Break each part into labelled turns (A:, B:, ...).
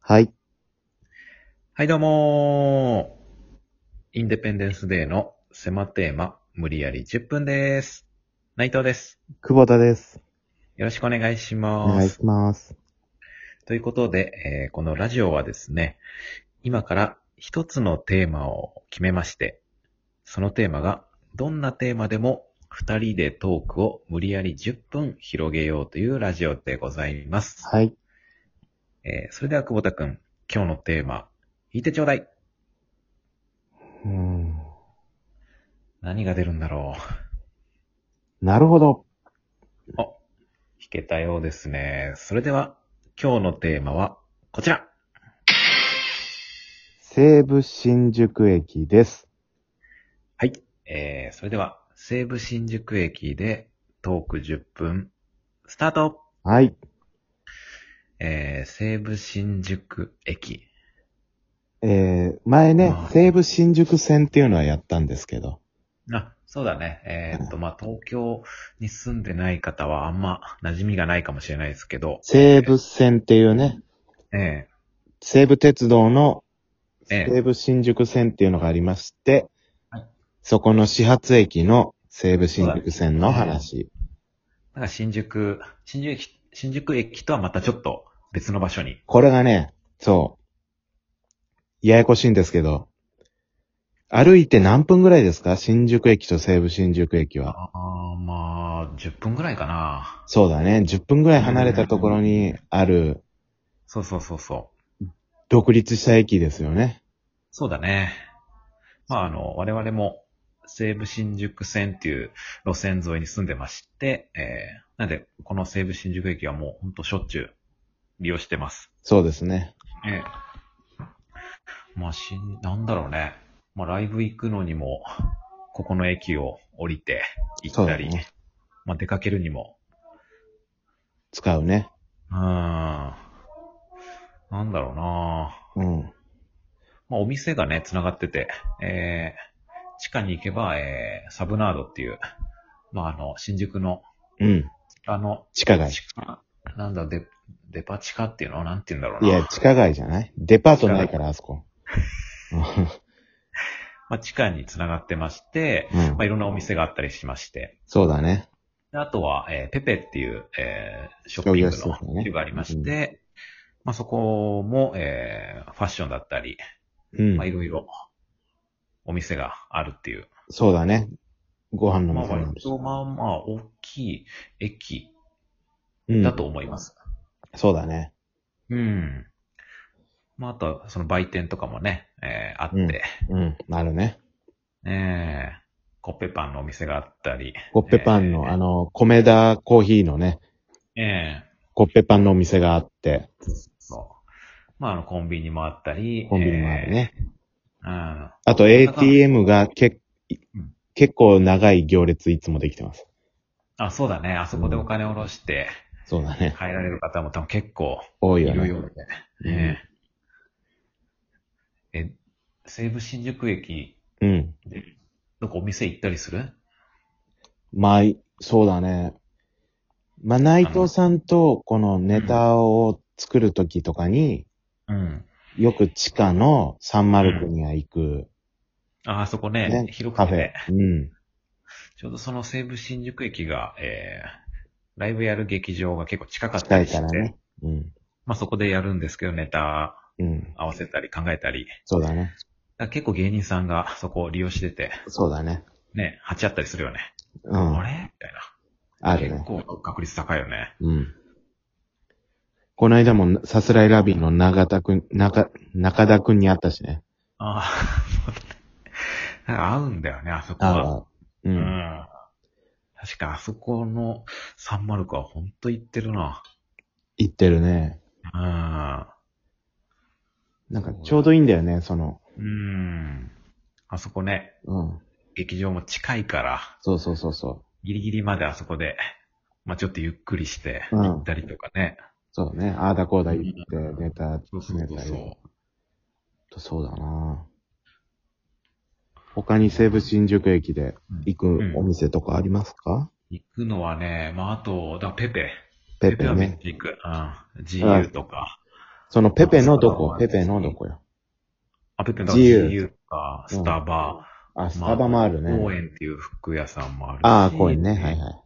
A: はい。
B: はい、どうもーインデペンデンスデーの狭テーマ、無理やり10分です。内藤です。
A: 久保田です。
B: よろしくお願いし
A: お
B: ます。
A: 願いします。
B: ということで、えーこのラジオはですね、今から一つのテーマを決めまして、そのテーマがどんなテーマでも二人でトークを無理やり10分広げようというラジオでございます。
A: はい。
B: えーそれでは久保田くん、今日のテーマ、言ってちょうだい
A: うーん。
B: 何が出るんだろう
A: なるほど。
B: 弾けたようですね。それでは、今日のテーマは、こちら
A: 西武新宿駅です。
B: はい。えー、それでは、西武新宿駅でトーク10分、スタート
A: はい。
B: えー、西武新宿駅。
A: えー、前ね
B: あ、ー
A: 西武新宿線っていうのはやったんですけど。
B: あ、そうだね。えーっと、まあ、東京に住んでない方はあんま馴染みがないかもしれないですけど、
A: 西武線っていうね、
B: え
A: 西武鉄道の
B: ええ
A: 西武新宿線っていうのがありまして
B: はい、
A: そこの始発駅の西武新宿線の話。
B: ー、なんか新宿、新宿駅、新宿駅とはまたちょっと別の場所に。
A: これがね、そう。ややこしいんですけど。歩いて何分ぐらいですか新宿駅と西武新宿駅は。
B: あーまあ、10分ぐらいかな。
A: そうだね。10分ぐらい離れたところにある
B: そうそうそうそう。
A: 独立した駅ですよね。
B: そうだね。まあ、あの、我々も西武新宿線っていう路線沿いに住んでまして、えー、なんで、この西武新宿駅はもうほんとしょっちゅう利用してます。
A: そうですね。
B: ええ。まあ、しん、なんだろうね。まあ、ライブ行くのにも、ここの駅を降りて行ったり、
A: そうだね
B: まあ、出かけるにも、
A: 使うね。
B: うーん。なんだろうな
A: うん。
B: まあ、お店がね、繋がってて、えー、地下に行けば、えー、サブナードっていう、まあ、あの、新宿の、
A: うん。
B: あの、
A: 地下街。
B: 地下、なんだ、デ、デパ地下っていうのなんて言うんだろう
A: い
B: な。
A: や、地下街じゃないデパートないから、あそこ。
B: まあ、地下に繋がってまして、
A: うんうん
B: まあ、いろんなお店があったりしまして、
A: そうだね。
B: であとは、えー、ペペっていう、えー、ショッピン
A: 商業
B: グ
A: 施設だ
B: の
A: ね
B: ビルがありまして、まあ、そこも、えー、ファッションだったり、
A: うん
B: まあ、。いろいろ、お店があるっていう
A: そうだね。ご飯の
B: まあ
A: 店もあ
B: 割
A: るし
B: とまあまあ大きい駅
A: うん
B: だと思います。
A: そうだね。
B: うん。まああとはその売店とかもね、えーあって、
A: うんうん。あるね。
B: えーコッペパンのお店があったり、
A: コッペパンの、
B: えー
A: あの、米田コーヒーのね、
B: えー
A: コッペパンのお店があって、
B: そう。まああのコンビニもあったり、
A: コンビニもあるね。
B: えー。うん。
A: あと ATM がけ
B: うん
A: 結構長い行列いつもできてます。
B: あ、そうだね。あそこでお金を下ろして
A: そうだね。
B: 入られる方も多分結構
A: 多い
B: い
A: よ
B: る
A: ね。
B: ようで。ねええ、西武新宿駅、
A: うん。
B: どこお店行ったりする
A: まあ、いそうだね。まあ、内藤さんとこのネタを作るときとかに、
B: うん。
A: よく地下のサンマルクには行く、
B: ああそこね、
A: ね、
B: 広
A: カ
B: く
A: フ
B: て
A: ェ
B: ね。。
A: うん。
B: ちょうどその西武新宿駅が、えー、ライブやる劇場が結構近かった
A: 近
B: り
A: いか
B: し
A: ら
B: て、
A: ね。うん。
B: まあそこでやるんですけど、ネタ
A: うん。
B: 合わせたり考えたり、だか
A: そうだね。
B: ら結構芸人さんがそこを利用してて、
A: そうだね。
B: ね、鉢合ったりするよね。
A: う
B: あ
A: ん。
B: れみたいな。
A: あるね
B: 結。構確率高いよね。
A: うん。この間もさすらいラビーの長田くん、中、中田くんに会ったしね。
B: ああ、そうだね。 なんか合うんだよね、あそこは。
A: ああ。う。
B: うんん。確かあそこのサンマルクはほんと行ってるな。
A: 行ってるね。
B: うん。
A: なんかちょうどいいんだよね、その。
B: うーん。あそこね、
A: うん。
B: 劇場も近いから、
A: そうそうそうそ
B: ギリギリまであそこで、まあちょっとゆっくりして、
A: うん
B: 行ったりとかね。
A: う。そうね。ああだこうだ言って、ネタ
B: そう
A: 詰
B: そう
A: め
B: そう
A: たり
B: そ。
A: とそうだな他に西武新宿駅で
B: う。うん
A: 行くお店とかありますか、
B: 行くのはね、まああと、だペペ。
A: ペペ
B: はめっ
A: ね。
B: ちゃ行く。うん。GU とか。
A: そのペペのど
B: ま
A: こ
B: あ
A: ペペのどこよ。
B: あ、ペペの
A: 自由
B: とか、
A: うん
B: スタバ、
A: あ、スタバもある
B: 公
A: ね。
B: 園っていう服屋さんもあるし。
A: ああ、公園ね。はいはい。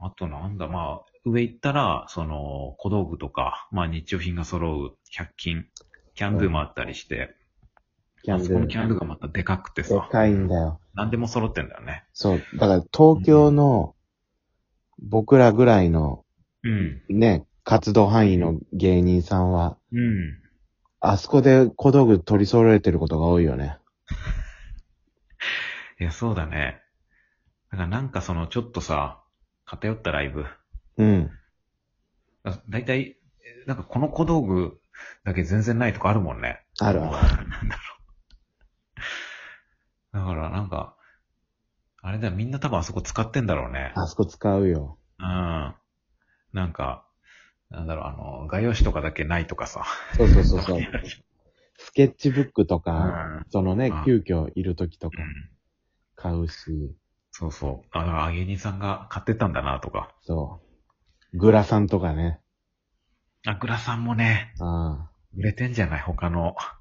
B: あとなんだ、まあ、上行ったら、その、小道具とか、まあ日用品が揃う100均、キャンドゥもあったりして、
A: キャン
B: あそ
A: ド
B: こ
A: ゥ。
B: のキャンドゥがまたでかくて
A: で
B: さ、
A: かいんだよ。
B: 何でも揃ってんだよね。
A: そう。だから東京の僕らぐらいの
B: うん。
A: ね、活動範囲の芸人さんは、
B: うん。
A: あそこで小道具取り揃えてることが多いよね。
B: いや、そうだね。だからなんかその、ちょっとさ、偏ったライブ。
A: うん。
B: だだいたい、えなんかこの小道具だけ全然ないとかあるもんね。
A: あるある。
B: なんだろう。だからなんか、あれだよ、みんな多分あそこ使ってんだろうね。
A: あそこ使うよ。
B: うん。なんか、なんだろう、あの、画用紙とかだけないとかさ。
A: そうそうそうそう。スケッチブックとか、
B: うん
A: そのね
B: うん、
A: 急遽いる時とか
B: うん
A: 買うし、
B: そうそう。あ、だから、芸人さんが買ってたんだな、とか。
A: そう。グラさんとかね。
B: あ、グラさんもね、
A: あ
B: 売れてんじゃない他の、
A: あ。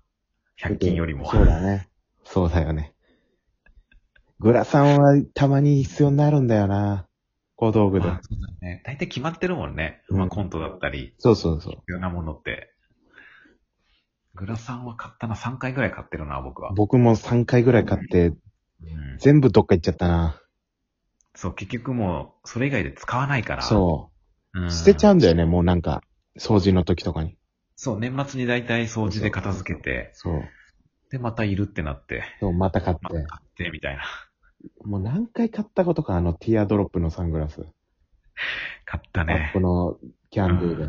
B: 100均よりも。
A: そうだね。そうだよね。グラさんはたまに必要になるんだよな。小道具で。
B: あそうだね。大体決まってるもんね。
A: うん
B: まあコントだったり、
A: そうそうそう。
B: 必要なものって。グラさんは買ったな、3回ぐらい買ってるな、僕は。
A: 僕も3回ぐらい買って、
B: うん、
A: 全部どっか行っちゃったな。
B: そう、結局もう、それ以外で使わないから。
A: そうう。
B: ん
A: 捨てちゃうんだよね、もうなんか、掃除の時とかに。
B: そう、年末に大体掃除で片付けて、
A: そう。
B: で、またいるってなって、
A: そう、また買って
B: ま。た買って、みたいな。
A: もう何回買ったことか、あのティアドロップのサングラス。
B: 買った
A: あ
B: ね
A: こ。のキャンドゥで。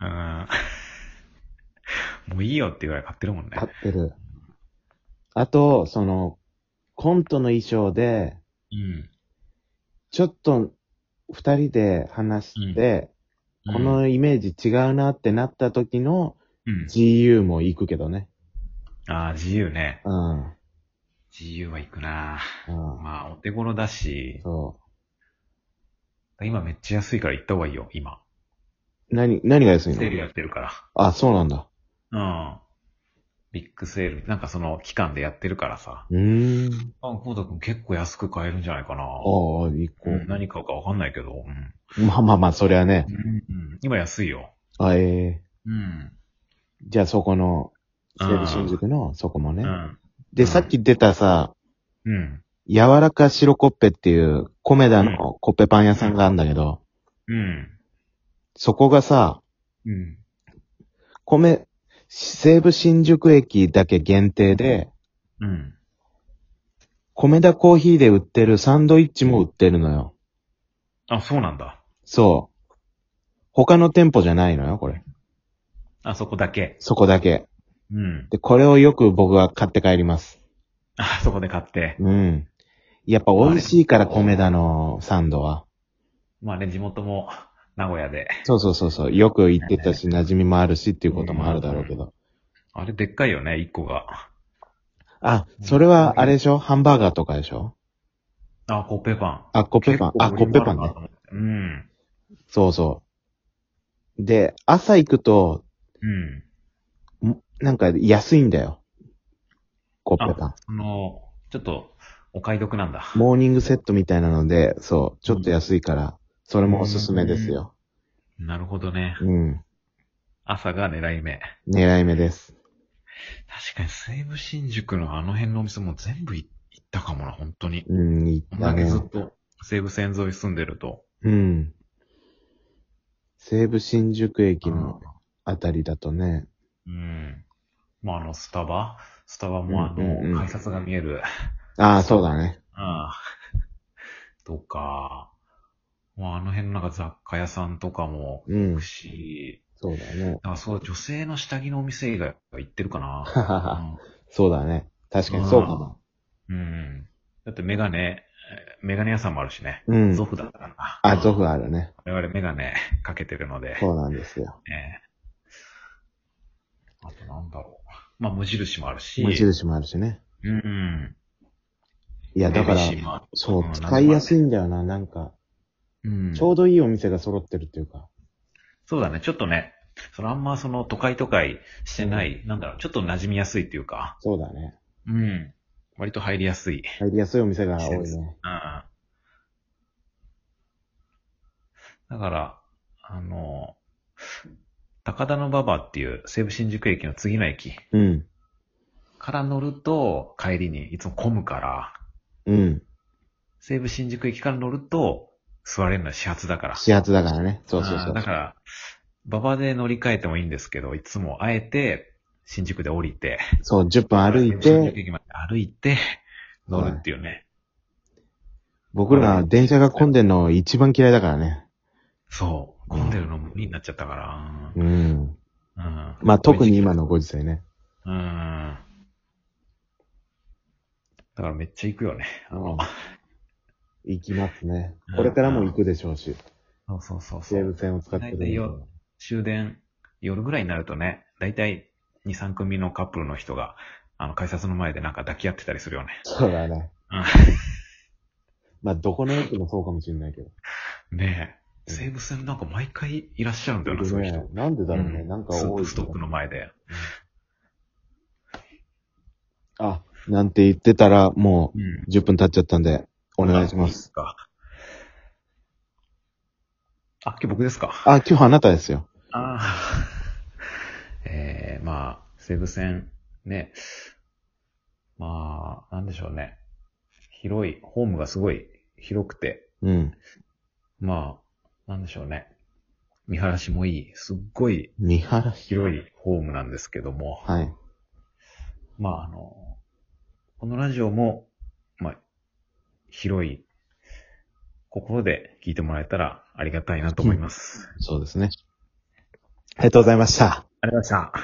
B: うん。もういいよっていうぐらい買ってるもんね。
A: 買ってる。あと、その、コントの衣装で、
B: うん。
A: ちょっと、二人で話して、このイメージ違うなってなった時の
B: うん、
A: GU も行くけどね。
B: ああ、自由ね。
A: うん。うん。
B: 自由は行くなまあ、お手頃だし、
A: そ
B: 今めっちゃ安いから行った方がいいよ、今。
A: う。何、何が安い
B: セール
A: の
B: やってるか
A: あ、そうなんだ。
B: ら。うん。ビッグセール、なんかその期間でやってるからさ。
A: うーん。
B: あ、コウタ君結構安く買えるんじゃないかな。
A: ああ、行こ
B: うん、
A: う。
B: 何買うかわかんないけど。うん。
A: まあまあまあ、そりゃね。
B: うん、今安いよ。
A: あ、ええ
B: うん。
A: じゃあそこの、西武新宿の、そこも
B: う
A: ね。
B: ん。
A: で、さっき出たさ、
B: うん。
A: 柔らか白コッペっていう、コメダのコッペパン屋さんがあるんだけど、
B: うん。
A: そこがさ、
B: うん。
A: 米、西武新宿駅だけ限定で、
B: うん。
A: 米田コーヒーで売ってるサンドイッチも売ってるのよ。
B: あ、そうなんだ。
A: そう。他の店舗じゃないのよ、これ。
B: あそこだけ。
A: そこだけ。
B: うん。
A: で、これをよく僕は買って帰ります。
B: あそこで買って。
A: うん。やっぱ美味しいから、米田のサンドは。
B: まあね、地元も名古屋で。
A: そうそうそうそう。よく行ってたし、馴染みもあるしっていうこともあるだろうけど。
B: あれでっかいよね、一個が。
A: あ、それは、あれでしょハンバーガーとかでしょ
B: あ、コッペパン。
A: あ、コッペパン。あ、コッペパンね。。
B: うん。
A: そうそう。で、朝行くと、
B: うん。
A: んなんか安いんだよ。コッペパ
B: あ、その、ちょっと、お買い得なんだ。
A: ン。モーニングセットみたいなので、そう、ちょっと安いから、それもおすすめですよ。
B: なるほどね。
A: うん。
B: 朝が狙い目。
A: 狙い目です。
B: 確かに西武新宿のあの辺のお店も全部い行ったかもな、本当に。
A: うん、行っ
B: こん
A: た
B: だけ
A: ね
B: ず。っと西武線沿い住んでると。
A: うん。西武新宿駅
B: うん
A: のあたりだとね、
B: うん。まあ、あの、スタバスタバもあ
A: うんうんう
B: の、
A: ん
B: 改札が見える。
A: ああ、そうだね。
B: ああ。とか、まあ、あの辺のなんか雑貨屋さんとかも
A: うん
B: 行く、し、
A: そうだね。
B: だからそう、女性の下着のお店以外は行ってるか
A: ははは。
B: な。
A: そうだね。確かにそうかも。
B: うん。うんだってメガネ、えメガネ屋さんもあるしね。
A: うん
B: ゾ。フだったかな。
A: あ、ゾフあるね。
B: 我々メガネかけてるので。
A: そうなんですよ。
B: ねあとなんだろう。まあ、無印もあるし。
A: 無。印もあるしね。
B: うんうん。
A: いや、だから、
B: メルシーもある
A: そう、使いやすい。んだよな、なんか。
B: うん。
A: ちょうどいいお店が揃ってるっていうか。
B: そうだね。ちょっとね、そのあんまその都会都会してない、なんだろう、ちょっと馴染みやすいっていうか、
A: そうだね。
B: うん。割と入りやすい。
A: 入りやすいお店が多いね。
B: うん。だから、あの、高田の馬場っていう西武新宿駅の次の駅
A: うん。
B: から乗ると帰りにいつも混むから、
A: うん。
B: 西武新宿駅から乗ると座れるのは始発だから。
A: 始発だからね。そうそう
B: あ
A: そ
B: ーだ
A: う。
B: から、馬場で乗り換えてもいいんですけど、いつもあえて新宿で降りて、
A: そう、10分歩い
B: 新宿
A: て、
B: 駅まで歩いて乗るっていうね。
A: 僕ら電車が混んでんの一番嫌いだからね。
B: そう。混んでるのも無理になっちゃったから。
A: うん。
B: うん。
A: まあ特に今のご時世ね。
B: うん。だからめっちゃ行くよね。あの、
A: 行きますね
B: うん。
A: これからも行くでしょうし、
B: そうそうそうそ
A: 西
B: う
A: 武。線を使ってるんで
B: 大体よ終電、夜ぐらいになるとね、だいたい2、3組のカップルの人が、あの、改札の前でなんか抱き合ってたりするよね。
A: そうだね
B: うん。
A: まあどこの駅もそうかもしれないけど。
B: ねえ。
A: うん
B: 西武線なんか毎回いらっしゃるんだよな、
A: い
B: そう
A: る
B: いう
A: ね
B: 人。
A: なんでだろうね。
B: うん
A: なんか多い
B: ス。トックの前で。
A: あ、なんて言ってたらも
B: うん。
A: う10分経っちゃったんで、お願いしま
B: いいっす
A: す。
B: か。あ、今日僕ですか。
A: あ、今日あなたですよ。
B: ああ。えー、 まあ、西武線、ね。まあ、なんでしょうね。広い、ホームがすごい広くて、
A: うん。
B: まあ、なんでしょうね。見晴らしもいい、すっごい
A: 見晴らし。
B: 広いホームなんですけども、
A: はい。
B: まあ、あの、このラジオも、まあ、広い心で聞いてもらえたらありがたいなと思います。
A: そうですね。ありがとうございました。
B: ありがとうございました。